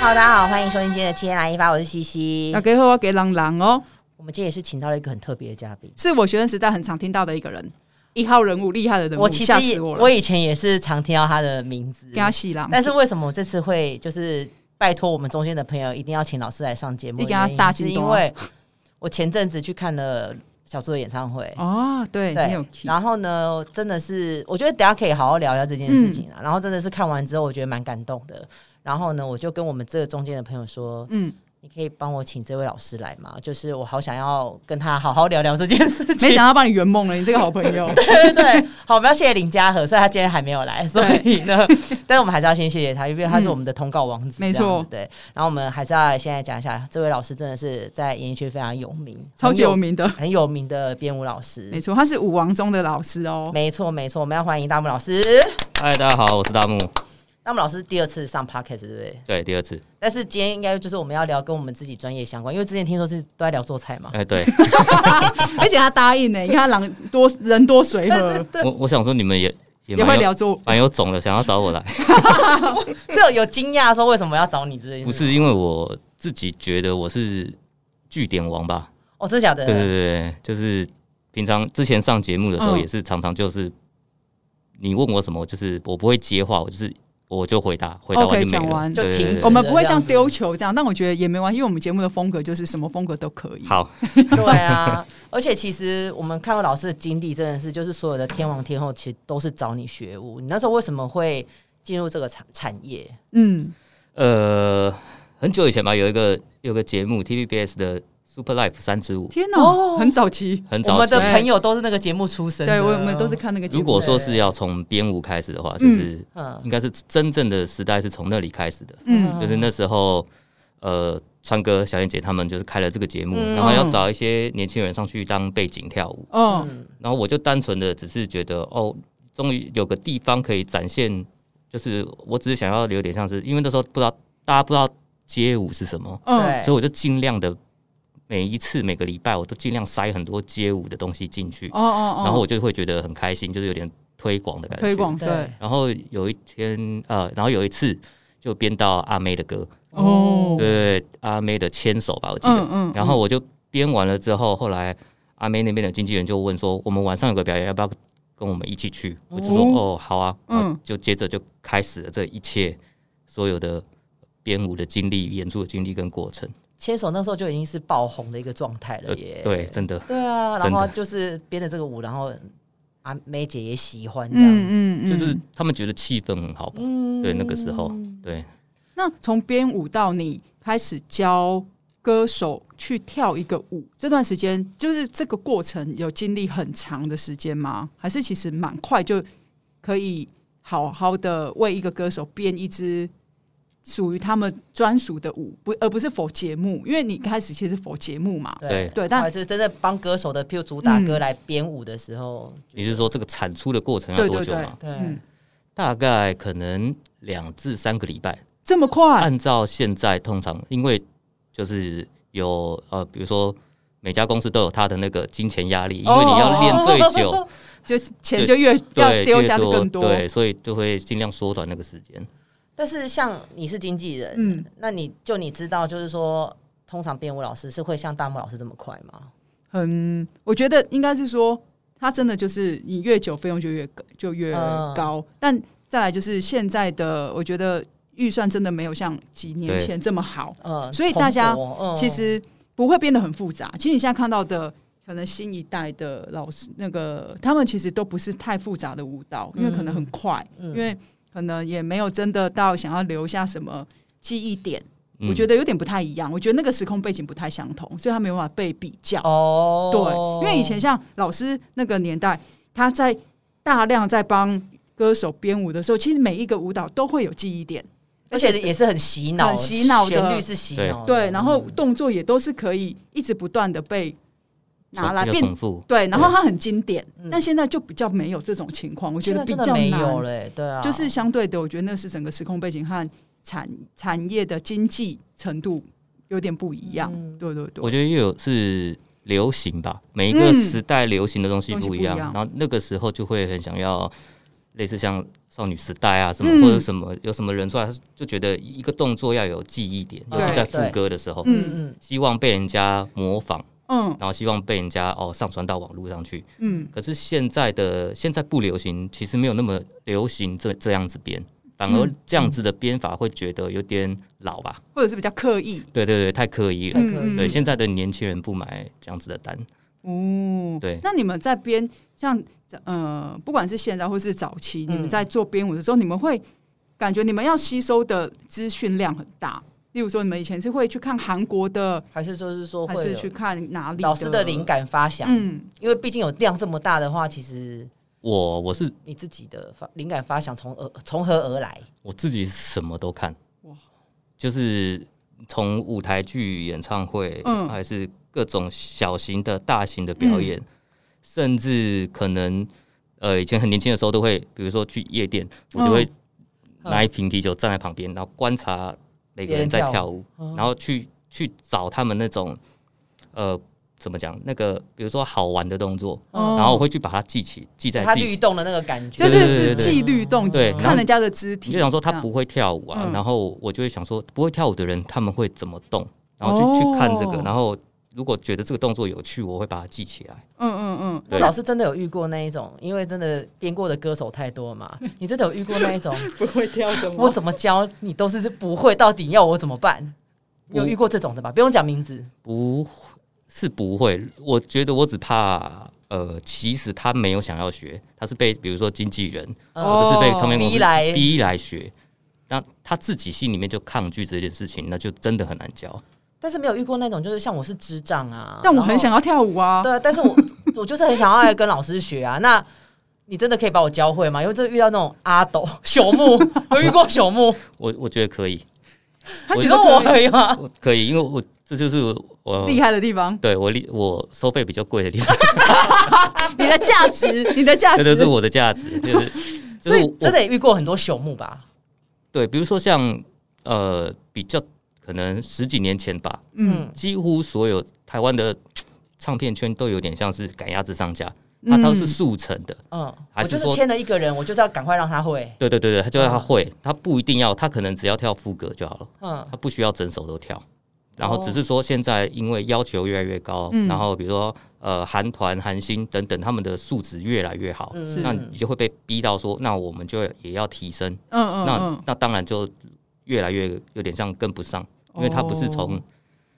Hello，大家好，欢迎收听今天的《七天来一发》，我是西西要。给我给朗朗哦，我们今天也是请到了一个很特别的嘉宾。是我学生时代很常听到的一个人，一号人物，厉害的人物，我其实吓也死我了，我以前也是常听到他的名字给，他洗狼，但是为什么我这次会就是拜托我们中间的朋友一定要请老师来上节目？你给他大是金因多啊为我前阵子去看了小猪的演唱会，哦，对，你有对，提，然后呢，真的是我觉得等一下可以好好聊一下这件事情嗯啊。然后真的是看完之后，我觉得蛮感动的。然后呢，我就跟我们这个中间的朋友说，嗯，你可以帮我请这位老师来吗？就是我好想要跟他好好聊聊这件事情。没想到帮你圆梦了，你这个好朋友， 对对，好，我们要谢谢林嘉禾，虽然他今天还没有来， 所以 呢，但是我们还是要先谢谢他，因为他是我们的通告王子，嗯没这样子错对。然后我们还是要现在讲一下，这位老师真的是在演艺圈非常有名，超级有很名的，很有名的编舞老师。没错，他是舞王中的老师哦，没错，没错，我们要欢迎大木老师。嗨，大家好，我是大木。大木老师第二次上 podcast，对不对？对，第二次，但是今天应该就是我们要聊跟我们自己专业相关，因为之前听说是都在聊做菜嘛。哎，对而且他答应呢，你看他狼多人多水 和，我，我想说你们也也也蛮会有聊做，蛮有种的，想要找我来，所以有惊讶说为什么要找你之类的。不是因为我自己觉得我是据点王吧？哦，真的假的？对对对对，就是平常之前上节目的时候，嗯也是常常就是你问我什么，我就是我不会接话，我就是我就回答，回答 OK，完就没讲了，完对就对停对止我对们不会这像样子丢球这样，但我觉得也没关系，因为我们节目的风格就是什么风格都可以，好，对啊！ 而且其实我们看过老师的经历，真的是就是所有的天王天后其实都是找你学舞。你那时候为什么会进入这个产产业？嗯，呃，很久以前吧，有一个有个节目 TVBS 的 Super Life 三支舞，天哪，哦很早期，很我早们期的。朋友都是那个节目出身的，对我们都是看那个节目，如果说是要从编舞开始的话，就是。嗯应该是真正的时代是从那里开始的，嗯就是那时候，呃，川哥、小燕姐他们就是开了这个节目，嗯然后要找一些年轻人上去当背景跳舞，哦，嗯然后我就单纯的只是觉得，哦，终于有个地方可以展现，就是我只是想要有点像是，因为那时候不知道大家不知道街舞是什么，嗯，所以对，我就尽量的每一次每个礼拜我都尽量塞很多街舞的东以进去哦，哦哦，然后我就会觉得很开心，就是有点推广的感觉，推广对对然后有一天，呃，然后有一次就编到阿妹的歌，哦，对阿妹的牵手吧，我记得。嗯嗯，然后我就编完了之后，后来阿妹那边的经纪人就问说，我们晚上有个表演，要不要跟我们一起去？我就说哦哦，好啊。嗯嗯，就接着就开始了这一切所有的编舞的经历、演出的经历跟过程。呃牵手那时候就已经是爆红的一个状态了耶。对，真的，对啊，然真的后就是编的这个舞，然后阿梅姐也喜欢这样子。嗯嗯嗯，就是他们觉得气氛很好吧？嗯对，那个时候，对，那从编舞到你开始教歌手去跳一个舞，这段时间就是这个过程有经历很长的时间吗？还是其实蛮快就可以好好的为一个歌手编一支？属于他们专属的舞，不，而不是否节目，因为你开始其实否节目嘛，对对，但嗯但就是真的帮歌手的，譬如主打歌来编舞的时候，你是说这个产出的过程要对多对久对嘛？对，嗯大概可能两至三个礼拜。这么快，按照现在通常，因为就是有呃，比如说每家公司都有它的那个金钱压力，因为你要练最久，就钱就越哦要对，丢越下的更多，多，对，所以就会尽量缩短那个时间。但是像你是经纪人，嗯那你就你知道，就是说，通常编舞老师是会像大木老师这么快吗？很，我觉得应该是说，它真的就是你越久费用就越高就越嗯高，但再来就是现在的，我觉得预算真的没有像几年对前这么好，嗯，所以大家蓬勃嗯其实不会变得很复杂。其实你现在看到的。可能新一代的老师，那个他们其实都不是太复杂的舞蹈，因为可能很快，因为可能也没有真的到想要留下什么记忆点。我觉得得有点不太一样，我觉得那个时空背景不太相同，所以他没有办法被比较。哦，对，因为以前像老师那个年代，他在大量在帮歌手编舞的时候，其实每一个舞蹈都会有记忆点，而且也是很洗脑，很洗脑的旋律是洗脑的，对，然后动作也都是可以一直不断的被拿来变重。复，对，然后它很经典嗯，但现在就比较没有这种情况，我觉现得在比真较的没有难。嘞，对啊，就是相对的，我觉得那是整个时空背景和产产业的经济程度有点不一样。嗯对对对，我觉得又有是流行吧，每一个嗯时代流行的东西东西不不一一样，样然后那个时候就会很想要类似像少女时代啊什么、嗯或者什么有什么人出来，就觉得一个动作要有记忆点，尤对其在副歌的时候，嗯嗯希望被人家模仿，嗯然后希望被人家哦上传到网络上去。嗯，可是现在的现在不流行，其实没有那么流行这这样子编，反而嗯这样子的编法会觉得有点老吧？或者是比较刻意。对对对，太刻意了。太刻意嗯对，现在的年轻人不买这样子的单，哦，对那你们在编像呃，不管是现在或是早期，嗯你们在做编舞的时候，你们会感觉你们要吸收的资讯量很大。例如说，你们以前是会去看韩国的，还是就是说还会是有去看哪里老师的灵？感发想，嗯，因为毕竟有量这么大的话，其实我我是你自己的发灵感发想从而从何而来？我自己什么都看，哇就是从舞台剧、演唱会，嗯还是各种小型的、大型的表演，甚至可能呃，以前很年轻的时候都会，比如说去夜店，嗯我就会拿一瓶啤酒站在旁边，然后观察每个人在跳舞，嗯然后去去找他们那种呃。怎么讲？那个比如说好玩的动作，哦然后我会去把它记起，记在他自己律动的那个感觉，就是对对对是对纪律动对作，然后看人家的肢体。你就想说他这样不会跳舞啊，嗯然后我就会想说不会跳舞的人他们会怎么动，然后去、去看这个哦，然后如果觉得这个动作有趣，我会把它记起来。嗯嗯嗯，那对老师真的有遇过那一种，因为真的编过的歌手太多 嘛，你真的有遇过那一种，不会跳的我怎么教你都是不会，到底要我怎么办？你有遇过这种的吧？不用讲名字，不是不会，我觉得我只怕呃，其实他没有想要学，他是被比如说经纪人嗯或者是被唱片公司逼来逼来学，那他自己心里面就抗拒这件事情，那就真的很难教。但是没有遇过那种，就是像我是智障啊，但我然后很想要跳舞啊。对，但是我 我就是很想要来跟老师学啊。那你真的可以把我教会吗？因为这遇到那种阿斗、朽 木，有遇过朽木，我我觉得可以，他你觉得说我我可以吗？我可以，因为我这就是我厉害的地方，对我利我收费比较贵的地方。 你的价值，你的价这值，就是我的价值，就是就啊 所是以真我的也遇过很多朽木吧？对，比如说像呃比较可能十几年前吧，嗯，几乎所有台湾的唱片圈都有点像是赶鸭子上架，嗯它都是速成的。嗯，还我是就是说签了一个人，我就是要赶快让他会。对对对对，他就让他会，他不一定要，他可能只要跳副歌就好了，嗯他不需要整首都跳。然哦后只是说现在因为要求越来越高，嗯然后比如说呃韩团、韩星等等，他们的素质越来越好，嗯，是那你就会被逼到说，那我们就也要提升。嗯嗯那嗯，那当然就越来越有点像跟不上，因为他不是从哦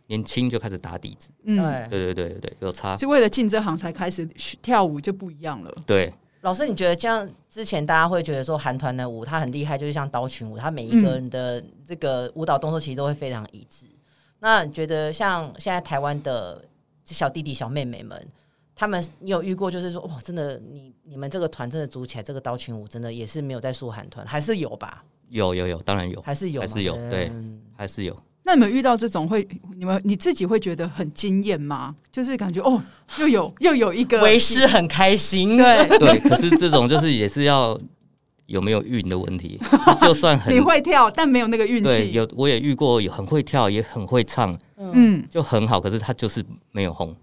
年轻就开始打底子，嗯，对，对对对对对，有差，是为了进这行才开始学跳舞就不一样了。 对老师，你觉得这样之前大家会觉得说韩团的舞它很厉害，就是像刀群舞，它每一个人的这个舞蹈动作其实都会非常一致。那你觉得像现在台湾的小弟弟小妹妹们，他们你有遇过就是说哇，真的你你们这个团真的组起来，这个刀群舞真的也是没有在输韩团，还是有吧？有有有，当然有，还是有嘛，还是有对嗯还是有，那你们遇到这种会，你们你自己会觉得很惊艳吗？就是感觉哦，又有 又有一个为师很开心，对，对，可是这种就是也是要有没有运的问 题，就算很你会跳，但没有那个运对，气。有我也遇过，也很会跳，也很会唱，嗯，就很好，可是他就是没有红，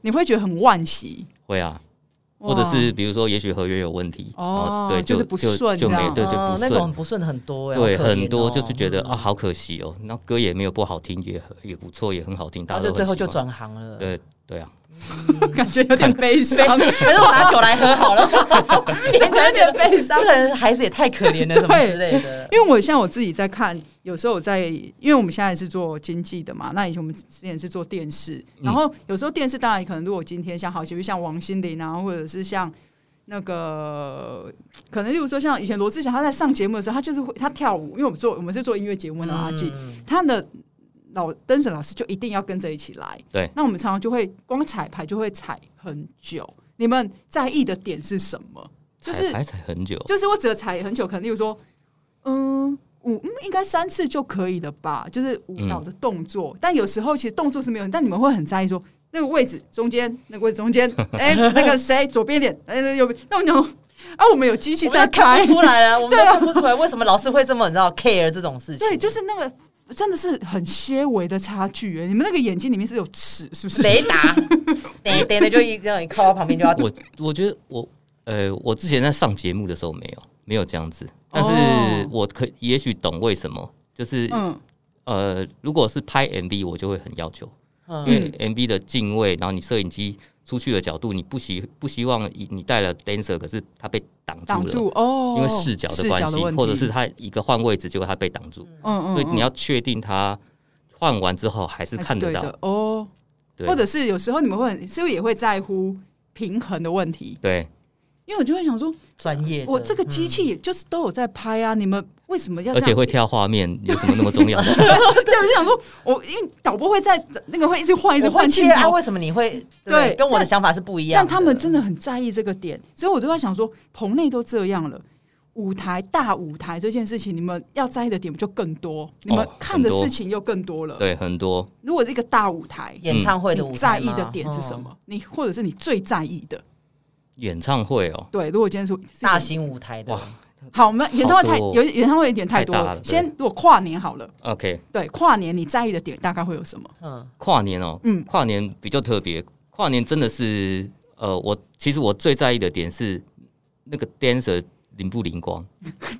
你会觉得很惋惜，会啊。哇或者是比如说，也许合约有问题，哦然后对，就就是不顺这就就没样对对嗯不那种顺，很不顺的很多哎、对好可怜哦很多就是觉得啊，好可惜哦，那歌也没有不好听，也很也不错，也很好听，大然家后都就很最后喜就欢转行了，对对啊， 感觉有点悲伤，还是我拿酒来喝好 了，感觉有点悲伤这。个人孩子也太可怜了，什么之类的。因为我像我自己在看，有时候我在，因为我们现在是做经济的嘛，那以前我们之前是做电视，然后有时候电视当然可能，如果今天像好，比如像王心凌啊，或者是像那个，可能例如说像以前罗志祥他在上节目的时候，他就是会他跳舞，因为我们做我们是做音乐节目的阿记，嗯他的老灯神老师就一定要跟着一起来，对，那我们常常就会光彩排就会踩很久，你们在意的点是什么？就是踩踩踩很久，就是我只有踩很久，可能例如说，嗯，五嗯应该三次就可以了吧，就是舞蹈的动作。嗯但有时候其实动作是没有，但你们会很在意说那个位置中间，那个位置中 间，哎、那个谁左边一点，哎、那个右边， 那我们就啊，我们有机器我们在都看开不，出来 了，我们都对啊看不出来，为什么老师会这么你知道 care 这种事情？对，就是那个。真的是很些微的差距耶！你们那个眼睛里面是有尺，是不是？雷达，等等的就一这样，你靠到旁边就要我我觉得我呃，我之前在上节目的时候没有没有这样子，但是哦我可也许懂为什么，就是、嗯呃，如果是拍 MV，我就会很要求，因嗯为 MV 的敬畏，然后你摄影机出去的角度，你不希不希望以你带了 dancer，可是他被挡住了，挡住哦，因为视角的关视系问，题或者是他一个换位置，结果他被挡住，嗯嗯，所以你要嗯确定他换完之后还是还看得对到，的哦，对或者是有时候你们会很是不是也会在乎平衡的问题？对因为我就会想说，专业的，我这个机器也就是都有在拍啊，你们为什么要这嗯而样？且会跳画面，有什么那么重要的？对，我就想说，我因为导播会在那个会一直换，一直我会换切镜啊，头，为什么你会对对跟我的但想法是不一样但的？他们真的很在意这个点，所以我都在想说，棚内都这样了。舞台大舞台这件事情，你们要在意的点就更多，你们看的哦很多事情又更多了。对，很多。如果是一个大舞台，演唱会的舞嗯你在台嗯意吗的点是什？么？嗯你或者是你最在意的？演唱会哦，对，如果今天是嗯大型舞台的哇，好，我们演唱会太好多哦有演唱会有点太多太大了对先如果跨年好了， OK，对，跨年你在意的点大概会有什么？ 嗯，跨年哦，嗯跨年比较特别，跨年真的是，呃，我其实我最在意的点是那个 dancer 灵不灵光，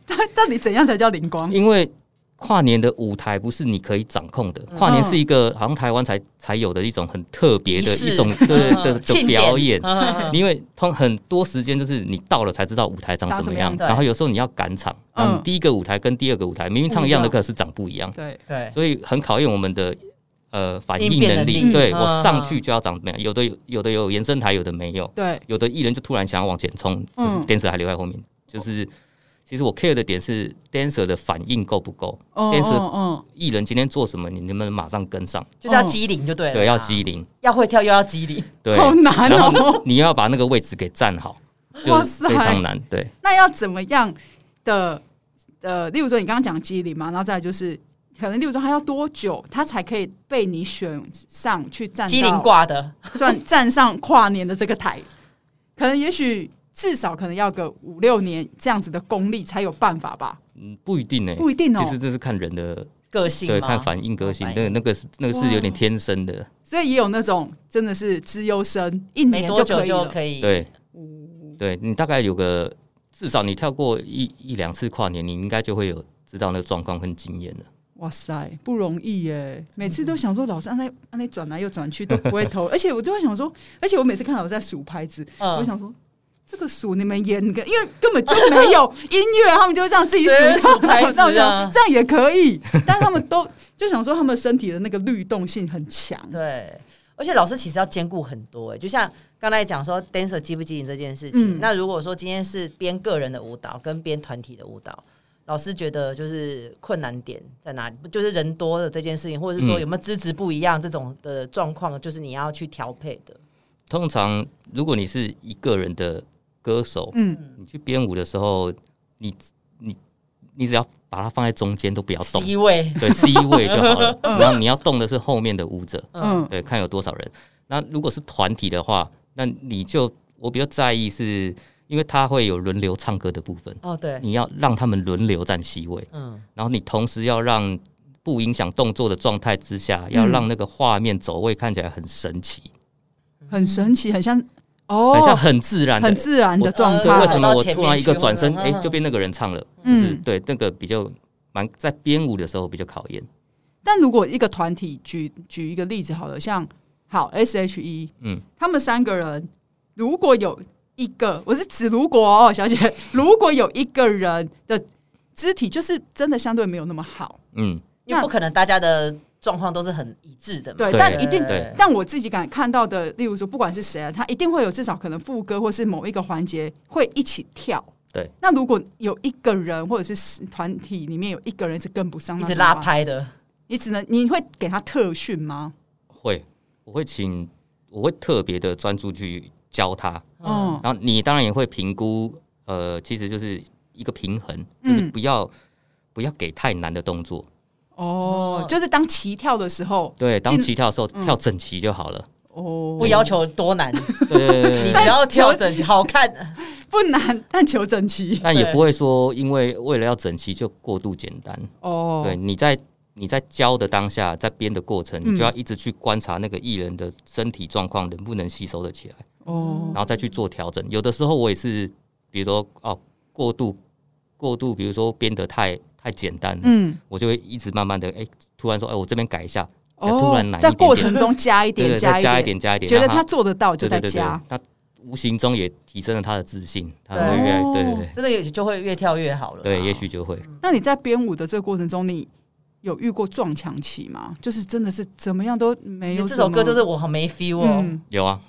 到到底怎样才叫灵光？因为跨年的舞台不是你可以掌控的，跨年是一个好像台湾才才有的一种很特别的仪式一种对嗯的的庆典表演。嗯因为通很多时间就是你到了才知道舞台长长怎什么么样样，子然后有时候你要赶场，嗯嗯，第一个舞台跟第二个舞台明明唱一样的歌，可是长不一样。对，对，所以很考验我们的呃反应应变能力。能力对、嗯我上去就要长怎么样？有的有有的有延伸台，有的没有。对，有的艺人就突然想要往前冲，可嗯是 dancer 还留在后面。就是其实我 care 的点是 dancer 的反应够不够，嗯但是嗯嗯，艺人今天做什么，你能不能马上跟上？就是哦要机灵就对了，对，要机，灵。要会跳又要机灵，对，啊好难然哦后你要把那个位置给站好，就哇塞非常难。对， 那要怎么样的？呃，例如说你刚刚讲机灵嘛，然后再来就是，可能例如说他要多久，他才可以被你选上去站到机灵挂的， 算站上跨年的这个台，可能也许至少可能要个五六年这样子的功力才有办法吧，嗯，不一定呢、不一定哦、其实这是看人的，个性对，吗看反应个性反，应那个那个是那个是有点哇天生的，所以也有那种真的是资优生，一没年多久可以就了。可以，对，嗯对你大概有个至少你跳过一一两次跨年，你应该就会有知道那个状况跟经验了。哇塞，不容易耶！每次都想说，老师按啊那按那转来又转去都不会投，而且我都会想说，而且我每次看到我在数拍子，我就嗯，想说。这个数你们演个，因为根本就没有音乐，他们就让自己数对数数拍子啊那我想 这样也可以，但是他们都就想说他们身体的那个律动性很强，对。而且老师其实要兼顾很多、欸，就像刚才讲说 dancer 机不机灵这件事情。嗯那如果说今天是编个人的舞蹈跟编团体的舞蹈，老师觉得就是困难点在哪里？不就是人多的这件事情，或者是说嗯有没有资质不一样这种的状况，就是你要去调配的。通常如果你是一个人的歌手，嗯，你去编舞的时候，你你你只要把它放在中间都不要动， C 位，对 C 位就好了。 然后你要动的是后面的舞者，嗯对，看有多少人。那如果是团体的话，那你就我比较在意是，因为它会有轮流唱歌的部分，哦对，你要让他们轮流站 C 位。嗯，然后你同时要让不影响动作的状态之下，要嗯让那个画面走位看起来很神奇，很神奇，很像哦，很像很自然的。很自然啊的我状呃对，态。为什走么到我前突然面一个去转身，嗯哎、嗯就变那个人唱了？嗯就是对那个比较蛮在编舞的时候比较考验。但如果一个团体举举一个例子好了，像好 S H E，嗯嗯，他们三个人如果有一个，我是指如果哦， 小姐，如果有一个人的肢体就是真的相对没有那么好，嗯，因为不可能大家的状况都是很一致的嘛。对，对但一定对但我自己敢看到的，例如说，不管是谁啊，他一定会有至少可能副歌或是某一个环节会一起跳。对，那如果有一个人或者是团体里面有一个人是跟不上，一那直怎么拉办，拍的，你只能你会给他特训吗？会，我会请，我会特别的专注去教他。嗯，嗯然后你当然也会评估，呃，其实就是一个平衡，就是嗯不要、不要给太难的动作。哦哦，就是当起跳的时候，对，当尽起跳的时候嗯跳整齐就好了。哦，不要求多难，对对对对你对只要调整好看，不难，但求整齐但也对不会说因为为了要整齐就过度简单。哦。对，你在你在教的当下，在编的过程，你就要嗯一直去观察那个艺人的身体状况能不能吸收的起来，哦然，后再去做调整。有的时候我也是，比如说哦，过度过度，比如说编得太太简单了，嗯，我就会一直慢慢的，哎、突然说，哎、我这边改一下，才哦突然难一在点点，过程中加一对点，对再加加一，点，加一点，觉得让他做得到就对再对对对加，，那无形中也提升了他的自信，他对会越来对对哦对真的也就会越跳越好了。对，也许就会。那你在编舞的这个过程中，你有遇过撞墙期吗？就是真的是怎么样都没因有为什这么。首歌就是我很没 feel 哦，？嗯，有啊，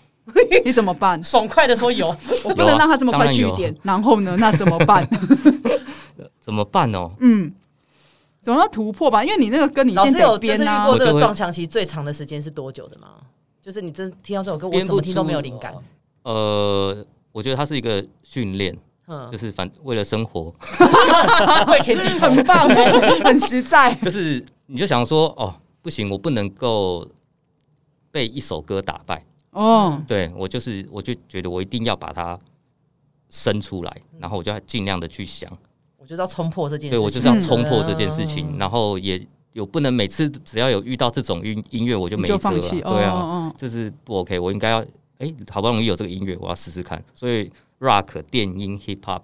你怎么办 爽快的说 有，我不能让他这么当快然据有点。然后呢？那怎么办？ 怎么办哦？嗯，总要突破吧，因为你那个跟你一老定师有得就是编遇啊过。这我就个会撞墙期最长的时间是多久的吗？就是你真听到这首歌，我编怎不么听都出没有灵感。呃，我觉得它是一个训练，嗯 就，是反为了生活， 会前低头，很棒、欸，很实在。就是你就想说，哦，不行，我不能够被一首歌打败。哦，对我就是，我就觉得我一定要把它生出来，嗯然后我就要尽量的去想，我就是要冲破这件事对情。我就是要嗯冲破这件事情，然后也有不能每次只要有遇到这种音音乐我就你没辙就了，放弃。对啊。哦，哦这是不 OK，我应该要哎、好不容易有这个音乐，我要试试看。所以 rock、电音、hip hop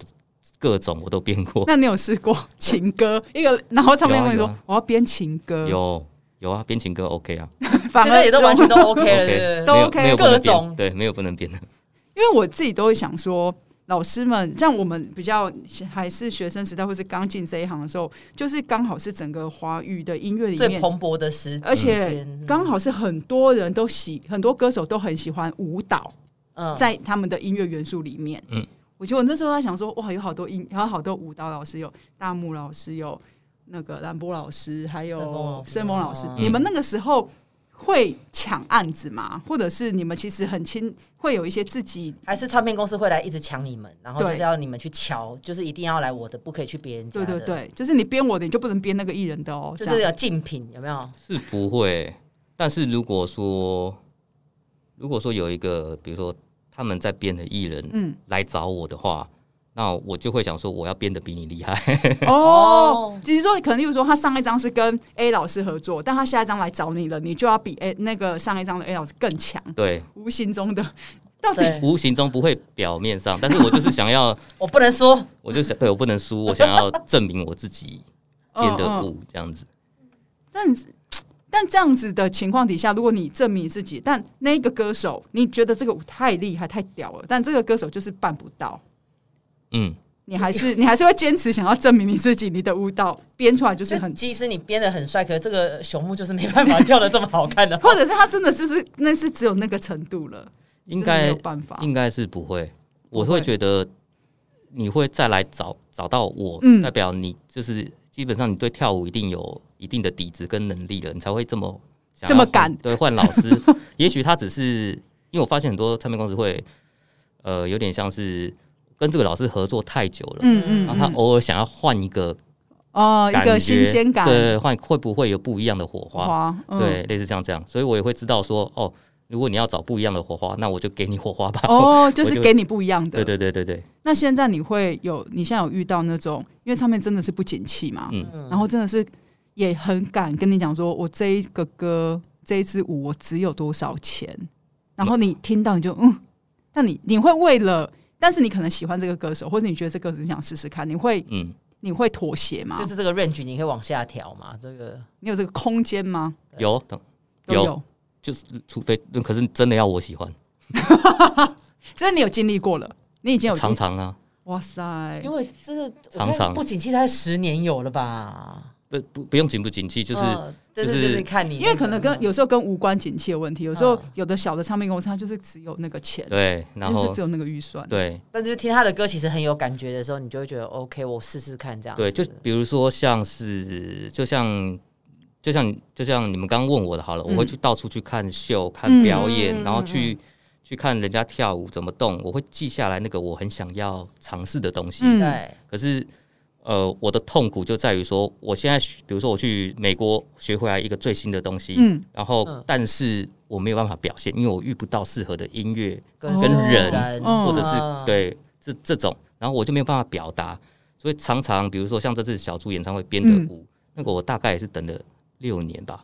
各种我都编过，那你有试过情歌 一个？然后唱片跟你说有啊有啊我要编情歌，有有啊，编情歌 OK 啊 反现在而也都完全都 OK 了，对，OK 对没对都 OK，有没有不能各种编，对，没有不能编的， 因为我自己都会想说，老师们像我们比较还是学生时代，或是刚进这一行的时候，就是刚好是整个华语的音乐里最面，蓬勃的时间，嗯而且刚好是很多人都喜，很多歌手都很喜欢舞蹈，嗯在他们的音乐元素里面。嗯嗯，我觉得我那时候在想说，哇，有好多音，有好多舞蹈老师，有大木老师，有那个兰波老师，还盛丰有老师盛峰老师哦。你们那个时候会抢案子吗？或者是你们其实很亲，会有一些自己还是唱片公司会来一直抢你们，然后对就是要你们去瞧，就是一定要来我的，不可以去别人家对嗯的。对，对，就是你编我的，你就不能编那个艺人的哦。就这是样有竞品，有没有？是不会。但是如果说如果说有一个，比如说他们在编的艺人嗯，来找我的话，那我就会想说，我要编的比你厉害。 哦哦，只是说可能，例如说他上一张是跟 A 老师合作，但他下一张来找你了，你就要比 A 那个上一张的 A 老师更强，对，无形中的到底对，无形中不会表面上，但是我就是想要， 我不能说，我就想，对我不能输，我想要证明我自己编的嗯嗯舞这样子。但但这样子的情况底下，如果你证明自己，但那个歌手你觉得这个舞太厉害、太屌了，但这个歌手就是办不到，嗯，你还是你还是会坚持想要证明你自己，你的舞蹈编出来就是就很。即使你编的很帅，可是这个熊木就是没办法跳的这么好看的或者是他真的就是那是只有那个程度了，应真的没该有办法。应该是不会，我不会会觉得你会再来找找到我，嗯代表你就是基本上你对跳舞一定有一定的底子跟能力了，你才会这么想要这么换敢对换老师。 也许他只是因为我发现很多唱片公司会呃有点像是跟这个老师合作太久了，嗯嗯然啊后他嗯，偶尔想要换一个哦，感一觉，个新鲜感，对，换会不会有不一样的火花？花，嗯，对，类似像这样，所以我也会知道说哦。如果你要找不一样的火花，那我就给你火花吧。哦，就 我是就给你不一样的对。对对对对，那现在你会有，你现在有遇到那种，因为唱片真的是不景气嘛，嗯然后真的是也很敢跟你讲说，我这一个歌，这一支舞，我只有多少钱，然后你听到你就嗯，但你你会为了，但是你可能喜欢这个歌手，或者你觉得这个你想试试看，你会嗯，你会妥协 吗？就是这个 range 你可以往下调嘛，这个你有这个空间吗？有等都有就是除非可是真的要我喜欢，所以你有经历过了，你已经有常常啊，哇塞因，为这是常常不景气，大概十年有了吧？不不不用景不景气，就是、嗯这就是是就是看你那因个，为可能跟有时候跟无关景气的问题，有时候嗯有的小的唱片公司它就是只有那个钱，对，然就后是只有那个预算，对但就是听他的歌其实很有感觉的时候，你就会觉得 OK，我试试看这样子。对，就比如说像是就像就像就像你们刚刚问我的好了，我会去到处去看秀、看表演，嗯然后去、去看人家跳舞怎么动，我会记下来那个我很想要尝试的东西。嗯对，可是呃，我的痛苦就在于说，我现在学比如说我去美国学回来一个最新的东西，嗯，然后、嗯但是我没有办法表现，因为我遇不到适合的音乐，跟跟人嗯哦或者是、啊对这这种，然后我就没有办法表达，所以常常比如说像这次小猪演唱会编的嗯舞，那个我大概也是等了六年吧。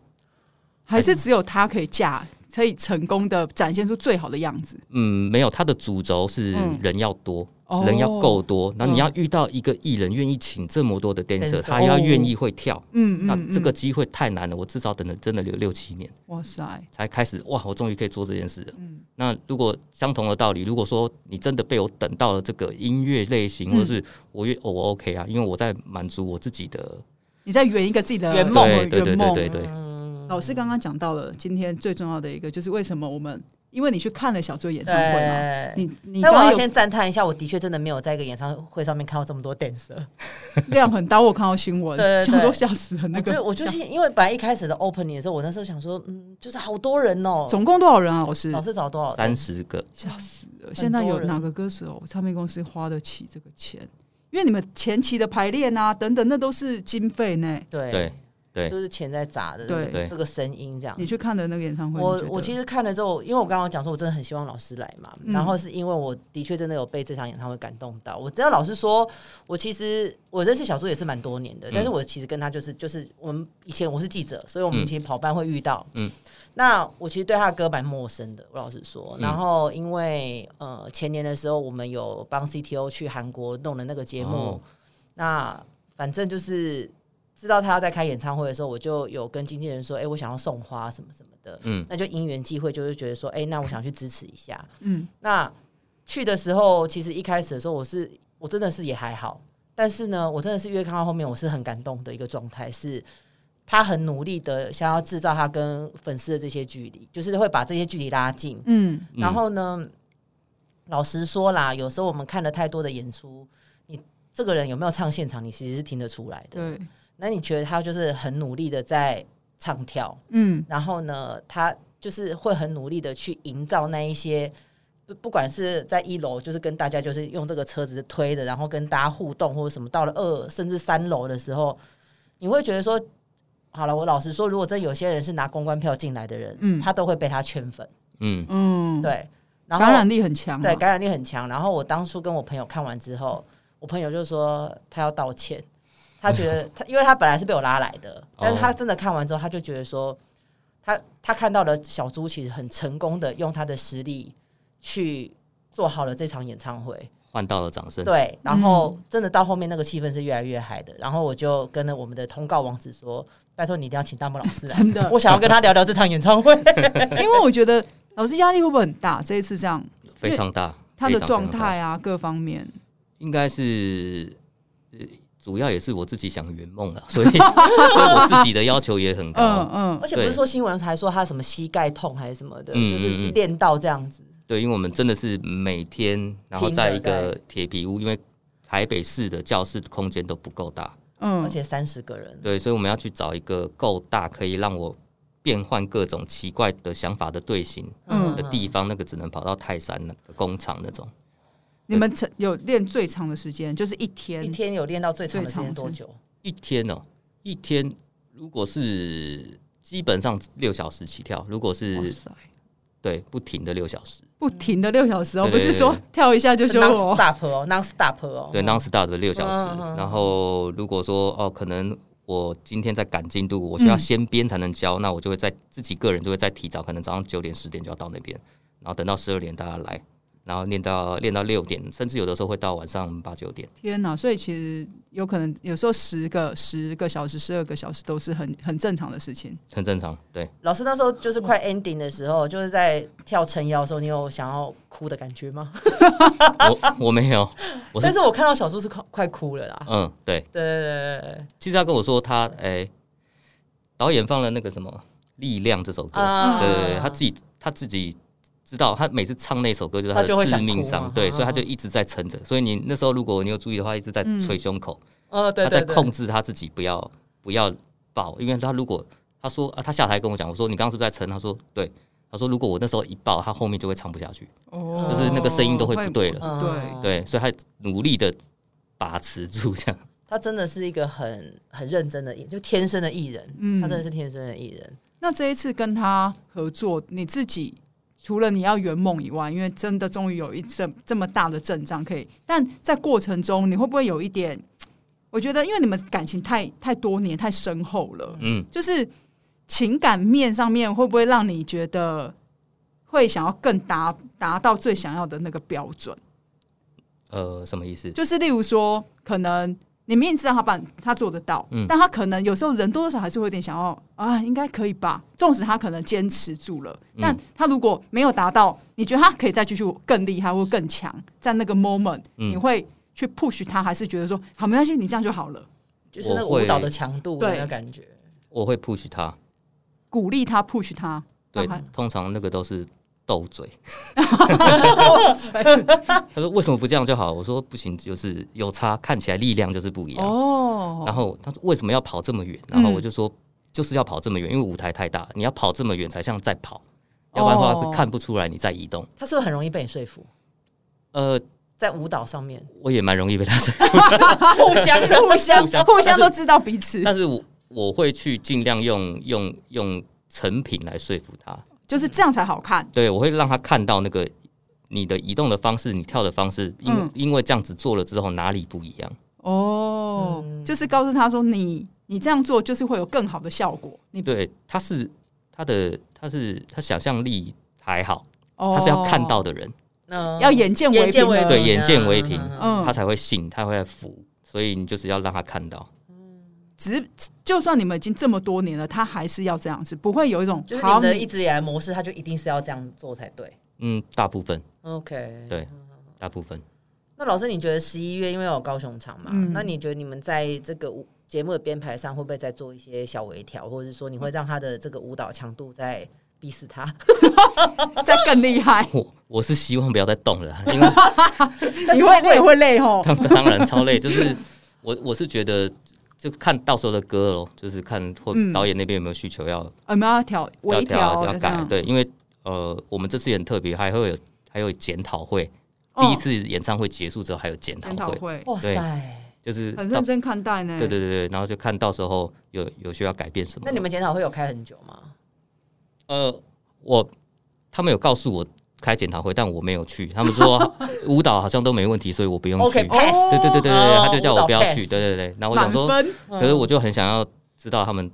还是只有他可以嫁，可以成功的展现出最好的样子。嗯，没有，它的主轴是嗯人要多，哦人要够多，然后你嗯要遇到一个艺人愿意请这么多的 dancer， dancer，他要愿意会跳。嗯那嗯，这个机会太难了，我至少等了真的有六七年嗯哇塞，才开始哇，我终于可以做这件事了。嗯那如果相同的道理，如果说你真的被我等到了这个音乐类嗯型，或者是我越、哦我 OK 啊，因为我在满足我自己的你在圆一个自己的圆梦对对对圆对梦对对，嗯，老师刚刚讲到了，今天最重要的一个就是为什么我们，因为你去看了小猪的演唱会对。嘛，你你但刚我刚要有先赞叹一下，我的确真的没有在一个演唱会上面看到这么多 dancer。量很大，我有看到新闻，对对对想都吓死了。那我个就我就像是因为本来一开始的 opening 的时候，我那时候想说，嗯，就是好多人哦，总共多少人啊？老师老师找多少三十个吓死了！人现在有哪个歌手、唱片公司花得起这个钱？因为你们前期的排练啊，等等，那都是经费呢。对对对就是钱在砸的，对对这个声音这样你。去看的那个演唱会，我你觉得我其实看了之后，因为我刚刚讲说，我真的很希望老师来嘛，嗯然后是因为我的确真的有被这场演唱会感动到。我知道老师说，我其实我认识小猪也是蛮多年的，但是我其实跟他就是就是我们以前我是记者，所以我们嗯其实跑班会遇到，嗯嗯，那我其实对他的歌蛮陌生的，我老实说。嗯然后因为呃前年的时候，我们有帮 CTO 去韩国弄的那个节目，哦那反正就是知道他要在开演唱会的时候，我就有跟经纪人说，哎、我想要送花什么什么的。嗯那就因缘际会，就是觉得说，哎、那我想去支持一下。嗯，那去的时候，其实一开始的时候，我是我真的是也还好，但是呢，我真的是越看到后面，我是很感动的一个状态是。他很努力的想要制造他跟粉丝的这些距离，就是会把这些距离拉近。嗯，嗯然后呢，老实说啦，有时候我们看了太多的演出，你这个人有没有唱现场，你其实是听得出来的。对，那你觉得他就是很努力的在唱跳，嗯然后呢，他就是会很努力的去营造那一些，不不管是在一楼，就是跟大家就是用这个车子推的，然后跟大家互动或者什么，到了二甚至三楼的时候，你会觉得说，好了，我老实说，如果真有些人是拿公关票进来的人，嗯他都会被他圈粉，嗯嗯，，对，然后感染力很强啊，对感染力很强。然后我当初跟我朋友看完之后，我朋友就说他要道歉，他觉得他因为他本来是被我拉来的，但是他真的看完之后，他就觉得说他他看到了小猪其实很成功的用他的实力去做好了这场演唱会，换到了掌声，对，然后真的到后面那个气氛是越来越嗨的，然后我就跟了我们的通告王子说。拜托你一定要请大木老师来，真的我想要跟他聊聊这场演唱会。哎因为我觉得老师压力会不会很大？这一次这样，非常大。他的非常状非常大态啊，各方面，应该是呃主要也是我自己想圆梦了，所以 所以我自己的要求也很高。嗯嗯而且不是说新闻还说他什么膝盖痛还是什么的，嗯就是嗯嗯练到这样子。对，因为我们真的是每天，然后拼在的一个铁皮屋，因为台北市的教室空间都不够大，嗯，而且三十个人，对，所以我们要去找一个够大，可以让我变换各种奇怪的想法的队形嗯的地方，那个只能跑到泰山那个工厂那种。你们曾有练最长的时间，就是一天，嗯一天有练到最长的时最间长多久？一天哦，一天如果是基本上六小时起跳，如果哇是塞，对不停的六小时，不停的六小时哦，对不对是对说跳一下就是休 non 我， stop 哦，non stop 哦。对，non stop 的六小时嗯嗯嗯。然后如果说哦，可能我今天在赶进度，我需要嗯先编才能交，那我就会在自己个人就会再提早，可能早上九点十点就要到那边，然后等到十二点大家来，然后练到练到六点，甚至有的时候会到晚上八九点。天哪！所以其实有可能有时候十个、十个小时、十二个小时都是很很正常的事情。很正常， 对，老师那时候就是快 ending 的时候，就是在跳撑腰的时候，你有想要哭的感觉吗？我我没有，我但是是我看到小猪是快快哭了啦。嗯，对。对对对对对其实他跟我说他，哎，导演放了那个什么《力量》这首歌，啊对对对，他自己他自己知道，他每次唱那首歌就是他他就会的想致哭命嘛伤，对，啊所以他就一直在撑着。所以你那时候如果你有注意的话，一直在捶胸口，呃，对他对在对，控制他自己不要不要爆，因为他如果他说啊，他下台跟我讲，我说你刚刚是不是在撑？他说对。他说：“如果我那时候一爆，他后面就会唱不下去，哦就是那个声音都会不对了嗯对，对，所以他努力的把持住这样。他真的是一个很很认真的艺，就天生的艺人。嗯他真的是天生的艺人。那这一次跟他合作，你自己除了你要圆梦以外，因为真的终于有一这这么大的阵仗可以，但在过程中你会不会有一点？我觉得，因为你们感情太太多年、太深厚了，嗯，就是情感面上面会不会让你觉得会想要更达达到最想要的那个标准？呃，什么意思？就是例如说，可能你明明知道他办他做得到，嗯但他可能有时候人多多少少还是会有点想要啊，应该可以吧。纵使他可能坚持住了，嗯但他如果没有达到，你觉得他可以再继续更厉害或更强，在那个 moment，、嗯你会去 push 他，还是觉得说好没关系，你这样就好了，就是那个我舞会蹈的强度的对那个感觉。我会 push 他，鼓励他 push 他。对让，通常那个都是斗 嘴。他他说为什么不这样就好？我说不行，就是有差，看起来力量就是不一样。哦，然后他说为什么要跑这么远？然后嗯我就说就是要跑这么远，因为舞台太大，你要跑这么远才像在跑，要不然的话哦会看不出来你在移动。他是不是很容易被你说服？呃，在舞蹈上面我也蛮容易被他说， 互相的互相互相互相但是都知道彼此，但是我我会去尽量用用用成品来说服他。就是这样才好看。对，我会让他看到那个你的移动的方式，你跳的方式，因、嗯因为这样子做了之后哪里不一样。哦，就是告诉他说你你这样做就是会有更好的效果。你对，他是他的他是他想象力还好，哦他是要看到的人，嗯要眼见为眼见凭啊为的凭，对眼见为凭嗯嗯，他才会信，他会服。所以你就是要让他看到，只就算你们已经这么多年了，他还是要这样子，不会有一种就是你好们的你一直以来模式，他就一定是要这样做才对。嗯，大部分 OK，对大部分，那老师，你觉得十一月因为有高雄场嘛？嗯那你觉得你们在这个舞节目的编排上会不会再做一些小微调，或者是说你会让他的这个舞蹈强度再逼死他？再更厉害我我是希望不要再动了， 因为 但你是会你也会累哦。当当然超累，就是我我是觉得就看到时候的歌咯，就是看或嗯导演那边有没有需求要我们要调嗯要微调要这改，样，对，因为呃，我们这次也很特别，还会有还有检讨会，哦第一次演唱会结束之后还有检研讨讨会，会哇塞！就是很到认真欸看待呢。对对对对，然后就看到时候有有需要改变什么。那你们检讨会有开很久吗？呃，我他们有告诉我开检讨会，但我没有去，他们说舞蹈好像都没问题，所以我不用 OK，去。哦 pass 对对对对对，哦他就叫我不要舞蹈去。 pass 对对对，然后我满想说，分。可是我就很想要知道他们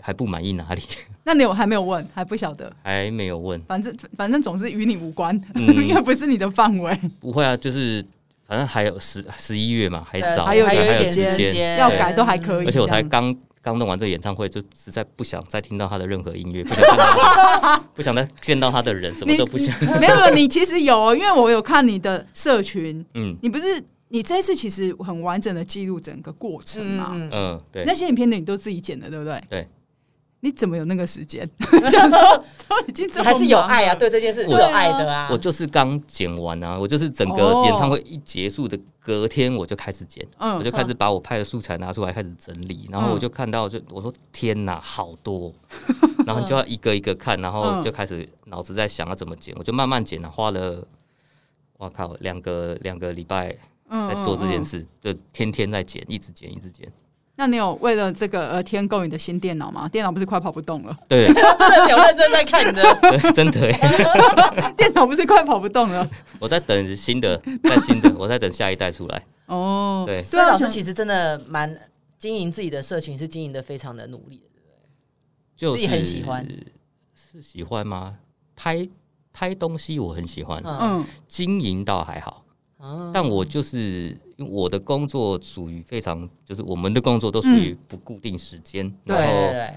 还不满意哪里，那你有还没有问，还不晓得。还没有问。反正反正总是与你无关，嗯 因为不是你的范围，不会啊，就是反正还有十十一月嘛，还对早，还有一对点还有时间间。要对改都还可以。而且我这才样刚刚弄完这个演唱会，就实在不想再听到他的任何音乐，不想看到 他不想再见到他的人，什么你都不想。没有，没有你其实有，因为我有看你的社群，嗯你不是你这一次其实很完整的记录整个过程嘛？嗯，嗯嗯，对那，些影片的你都自己剪的，对不对？对。你怎么有那个时 间？想说都已经这你么还是有忙了爱啊，，对这件事是我有爱的啊我。就是刚剪完啊，我就是整个哦演唱会一结束的隔天，我就开始剪，嗯我就开始把我拍的素材拿出来开始整理，然后我就看到就我说天哪，好 多，哦然后你就要一个一个看，然后嗯就开始脑子在想要怎么剪，我就慢慢剪啊，花了。我靠，两个两个礼拜嗯在做这件。嗯嗯事，就天天在剪，一直剪，一直剪。那你有为了这个呃添购你的新电脑吗？ 电脑不是快跑不动了，对，真的啊有认真在看你的，对啊 真的耶，电脑不是快跑不动了。我在等新的，在新的，我在等下一代出来。哦，对所以老想师其实真的蛮经营自己的社群，是经营的非常的努力的。就是自己很喜欢，是喜欢吗？拍拍东西我很喜欢，嗯嗯经营倒还好，嗯，但我就是因为我的工作属于非常，就是我们的工作都属于不固定时间，嗯对然对后对，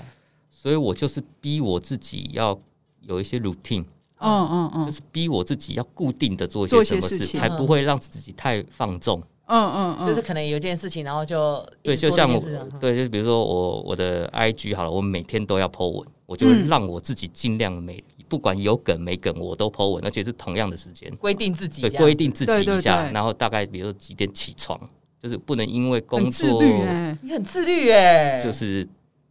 所以我就是逼我自己要有一些 routine，、嗯嗯就嗯是逼我自己要固定的做一做些一些什么嗯事，事情才不会让自己太放纵。嗯嗯嗯，就是可能有一件事情，然后就对，一直就做这像件我事啊，对，就比如说我我的 IG 好了，我每天都要 po 文，我就会嗯让我自己尽量每不管有梗没梗，我都 po 文，而且是同样的时间，规定自己对，这样规定自己对对一下，对然后大概比如说几点起床，就是不能因为工很自作律 哎。你很自律哎，就是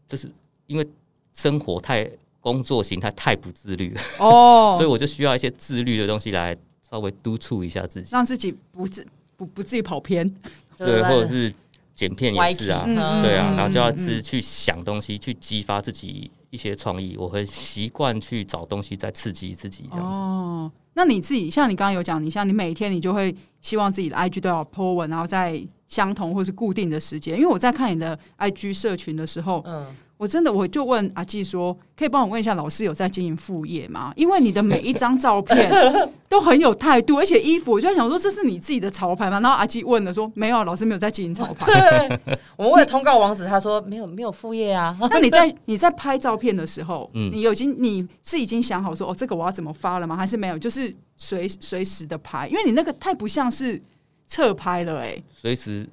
就是因为生活太工作形态太不自律了，哦，所以我就需要一些自律的东西来稍微督促一下自己，让自己不自不不至于跑偏。对，或者是剪片也是啊，嗯嗯对啊，嗯然后就要嗯嗯是去想东西，去激发自己一些创意。我很习惯去找东西再刺激自己这样子。哦，那你自己像你刚刚有讲，你像你每天你就会希望自己的 IG 都要 po 文，然后在相同或是固定的时间。因为我在看你的 IG 社群的时候，嗯，我真的我就问阿纪说，可以帮我问一下老师有在经营副业吗？因为你的每一张照片 都很有态度，而且衣服，我就在想说这是你自己的潮牌吗？然后阿纪问了说，没有，啊老师没有在经营潮牌。对，我们为了通告王子，他说没有没有副业啊，那你在你在拍照片的时候，哦嗯你有已经你是已经想好说哦，这个我要怎么发了吗？还是没有？就是随随时的拍，因为你那个太不像是侧拍了哎、随时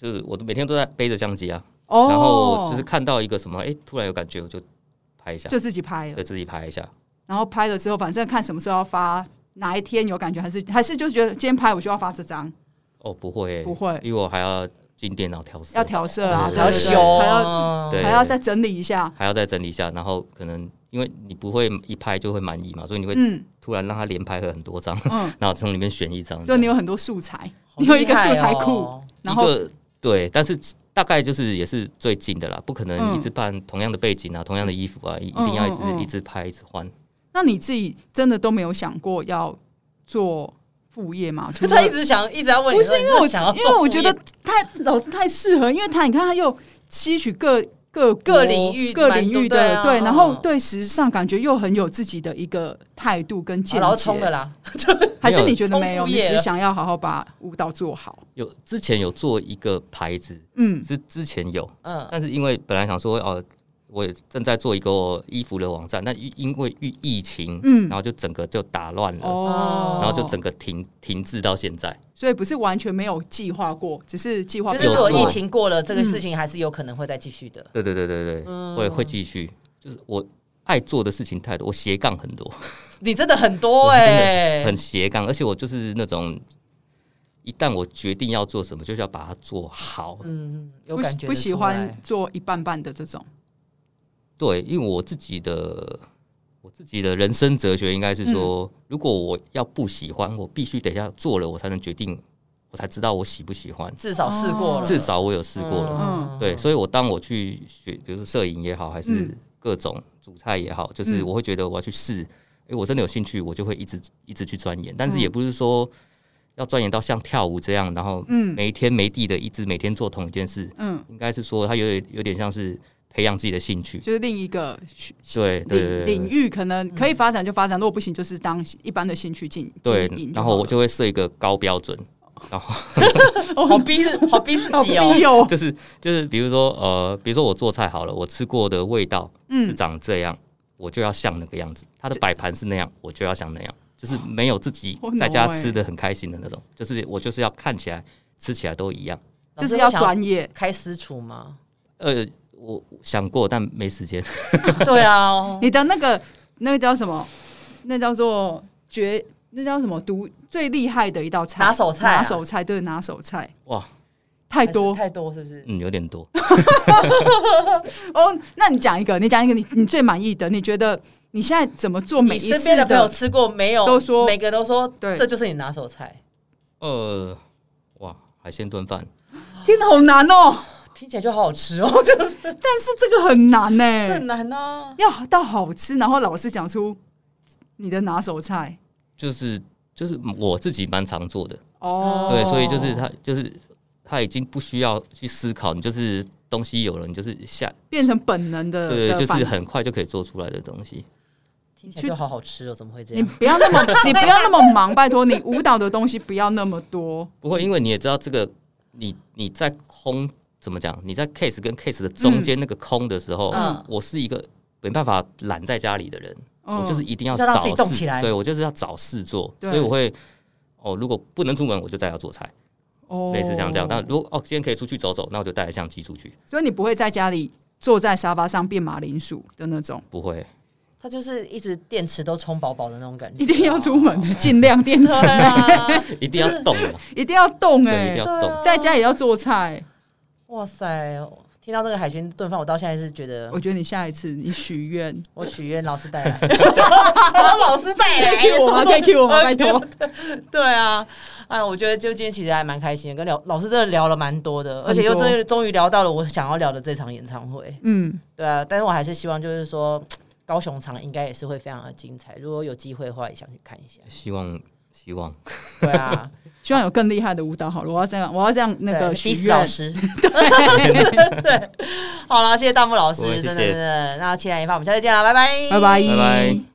就是我每天都在背着相机啊，哦，然后就是看到一个什么，哎、突然有感觉我就拍一下，就自己拍了，对自己拍一下，然后拍了之后，反正看什么时候要发，哪一天有感觉，还是还是就觉得今天拍我就要发这张，哦，不会、不会因为我还要进电脑调色，要调色啊， 对对要对对修还要啊，对，还要再整理一下，还要再整理一下，然后可能因为你不会一拍就会满意嘛，所以你会嗯突然让他连拍了很多张，嗯， 然后从里面选一张这所以样，你有很多素材，好厉你有害哦一个素材库，然后一个对，但是大概就是也是最近的啦，不可能一直办同样的背景啊，同样的衣服啊，一一定要一直、嗯嗯嗯嗯一直拍一直换。那你自己真的都没有想过要做副业 吗？除就哦了他一直想一直在问你不说，是因为你我，想要因为做我觉副业得太老师太适合，因为他你看他又吸取各各国各领域各蛮领多域对的啊对，然后嗯对时尚感觉又很有自己的一个态度跟好见然后啊冲了解，啦，还是你觉得没有？冲你副业只了想要好好把舞蹈做好，有之前有做一个牌子，嗯之之前有，嗯，但是因为本来想说哦。我也正在做一个衣服的网站，但因因为疫疫情，嗯然后就整个就打乱啊了，哦，然后就整个停停滞到现在。所以不是完全没有计划过，只是计划就比是如较果有疫做情过了，这个事情还是有可能会再继续的。对对对对对，会会继续。就是我爱做的事情太多，我斜杠很多，你真的很多我真的哎，很斜杠，而且我就是那种。一旦我决定要做什么，就是要把它做好。嗯，有不感喜觉不得喜出欢来做一半半的这种，对，因为我自己的我自己的人生哲学应该是说，如果我要不喜欢，我必须等一下做了，我才能决定，我才知道我喜不喜欢。至少试过了，嗯至少我有试过了，嗯对，所以我当我去学，比如说摄影也好，还是嗯各种主菜也好，就是我会觉得我要去试，诶，我真的有兴趣，我就会一直一直去钻研。嗯但是也不是说要钻研到像跳舞这样，然后嗯每天没地的一直每天做同一件事，嗯，应该是说它有点有点像是培养自己的兴趣。就是另一个对对对领对领域可能可以发展就发展，如果不行就是当一般的兴趣进对经营好对，然后我了就会设一个高标准，然后好逼好逼自好己哦逼， 哦， 就是就是比如说呃，比如说我做菜好了，我吃过的味道是嗯，长这样，我就要像那个样子；它的摆盘是那样，我就要像那样。就是没有自己好难在家欸吃的很开心的那种，就是我就是要看起来、吃起来都一样。就是要专业。开私厨吗？呃，我想过，但没时间。 对啊，你的那个那个叫什么？那叫做绝，那叫什么独最厉害的一道菜？拿手菜啊拿手菜，对，拿手菜哇，太多还是太多是不是？嗯，有点多。哦。那你讲一个，你讲一个，你你最满意的，你觉得你现在怎么做每你一身次边的朋友吃过没有？都说每个都说，对这就是你拿手菜，呃，哇，海鲜炖饭，天哪，好难哦！听起来就好好吃哦， 就是但是这个很难呢、欸这很难啊。要到好吃，然后老师讲出你的拿手菜就是就是我自己蛮常做的，哦。对，所以就是它就是它已经不需要去思考，你就是东西有了，你就是下，变成本能的，对，的就反是很快就可以做出来的东西。听起来就好好吃哦，怎么会这你样？不要那么，你不要那么忙，拜托你舞蹈的东西不要那么多。不嗯会，因为你也知道这个，你你在空怎么讲？你在 case 跟 case 的中间那个空的时候，嗯我是一个没办法懒在家里的人，嗯我就是一定要就要让找自己动事起来对我就是要找事做，对所以我会哦，如果不能出门，我就在家做菜，哦类似像这样。但如果哦，今天可以出去走走，那我就带着相机出去，所以你不会在家里坐在沙发上变马铃薯的那种，不会。它就是一直电池都充饱饱的那种感觉，一定要出门，尽量电池，嗯对啊，一定要动嘛，一定要动对，一哎、定要 对动。啊在家也要做菜。哇塞！听到这个海鲜炖饭，我到现在是觉得我觉得你下一次你许愿，我许愿老师带 来，我要 老师带可以来， Q 我吗？可以 Q 我吗？拜托。 对啊，哎，我觉得就今天其实还蛮开心的，跟聊老师真的聊了蛮多的，多而且又真的终于聊到了我想要聊的这场演唱会。嗯，对啊，但是我还是希望就是说，高雄场应该也是会非常的精彩，如果有机会的话也想去看一下。希望希望对啊，希望有更厉害的舞蹈好了，我要这样，我要这样 那个对许逼死老愿。 师，对对，好了，谢谢大木老师，不会真的谢谢真的，那期待一发，我们下次见了，拜拜，拜拜拜拜。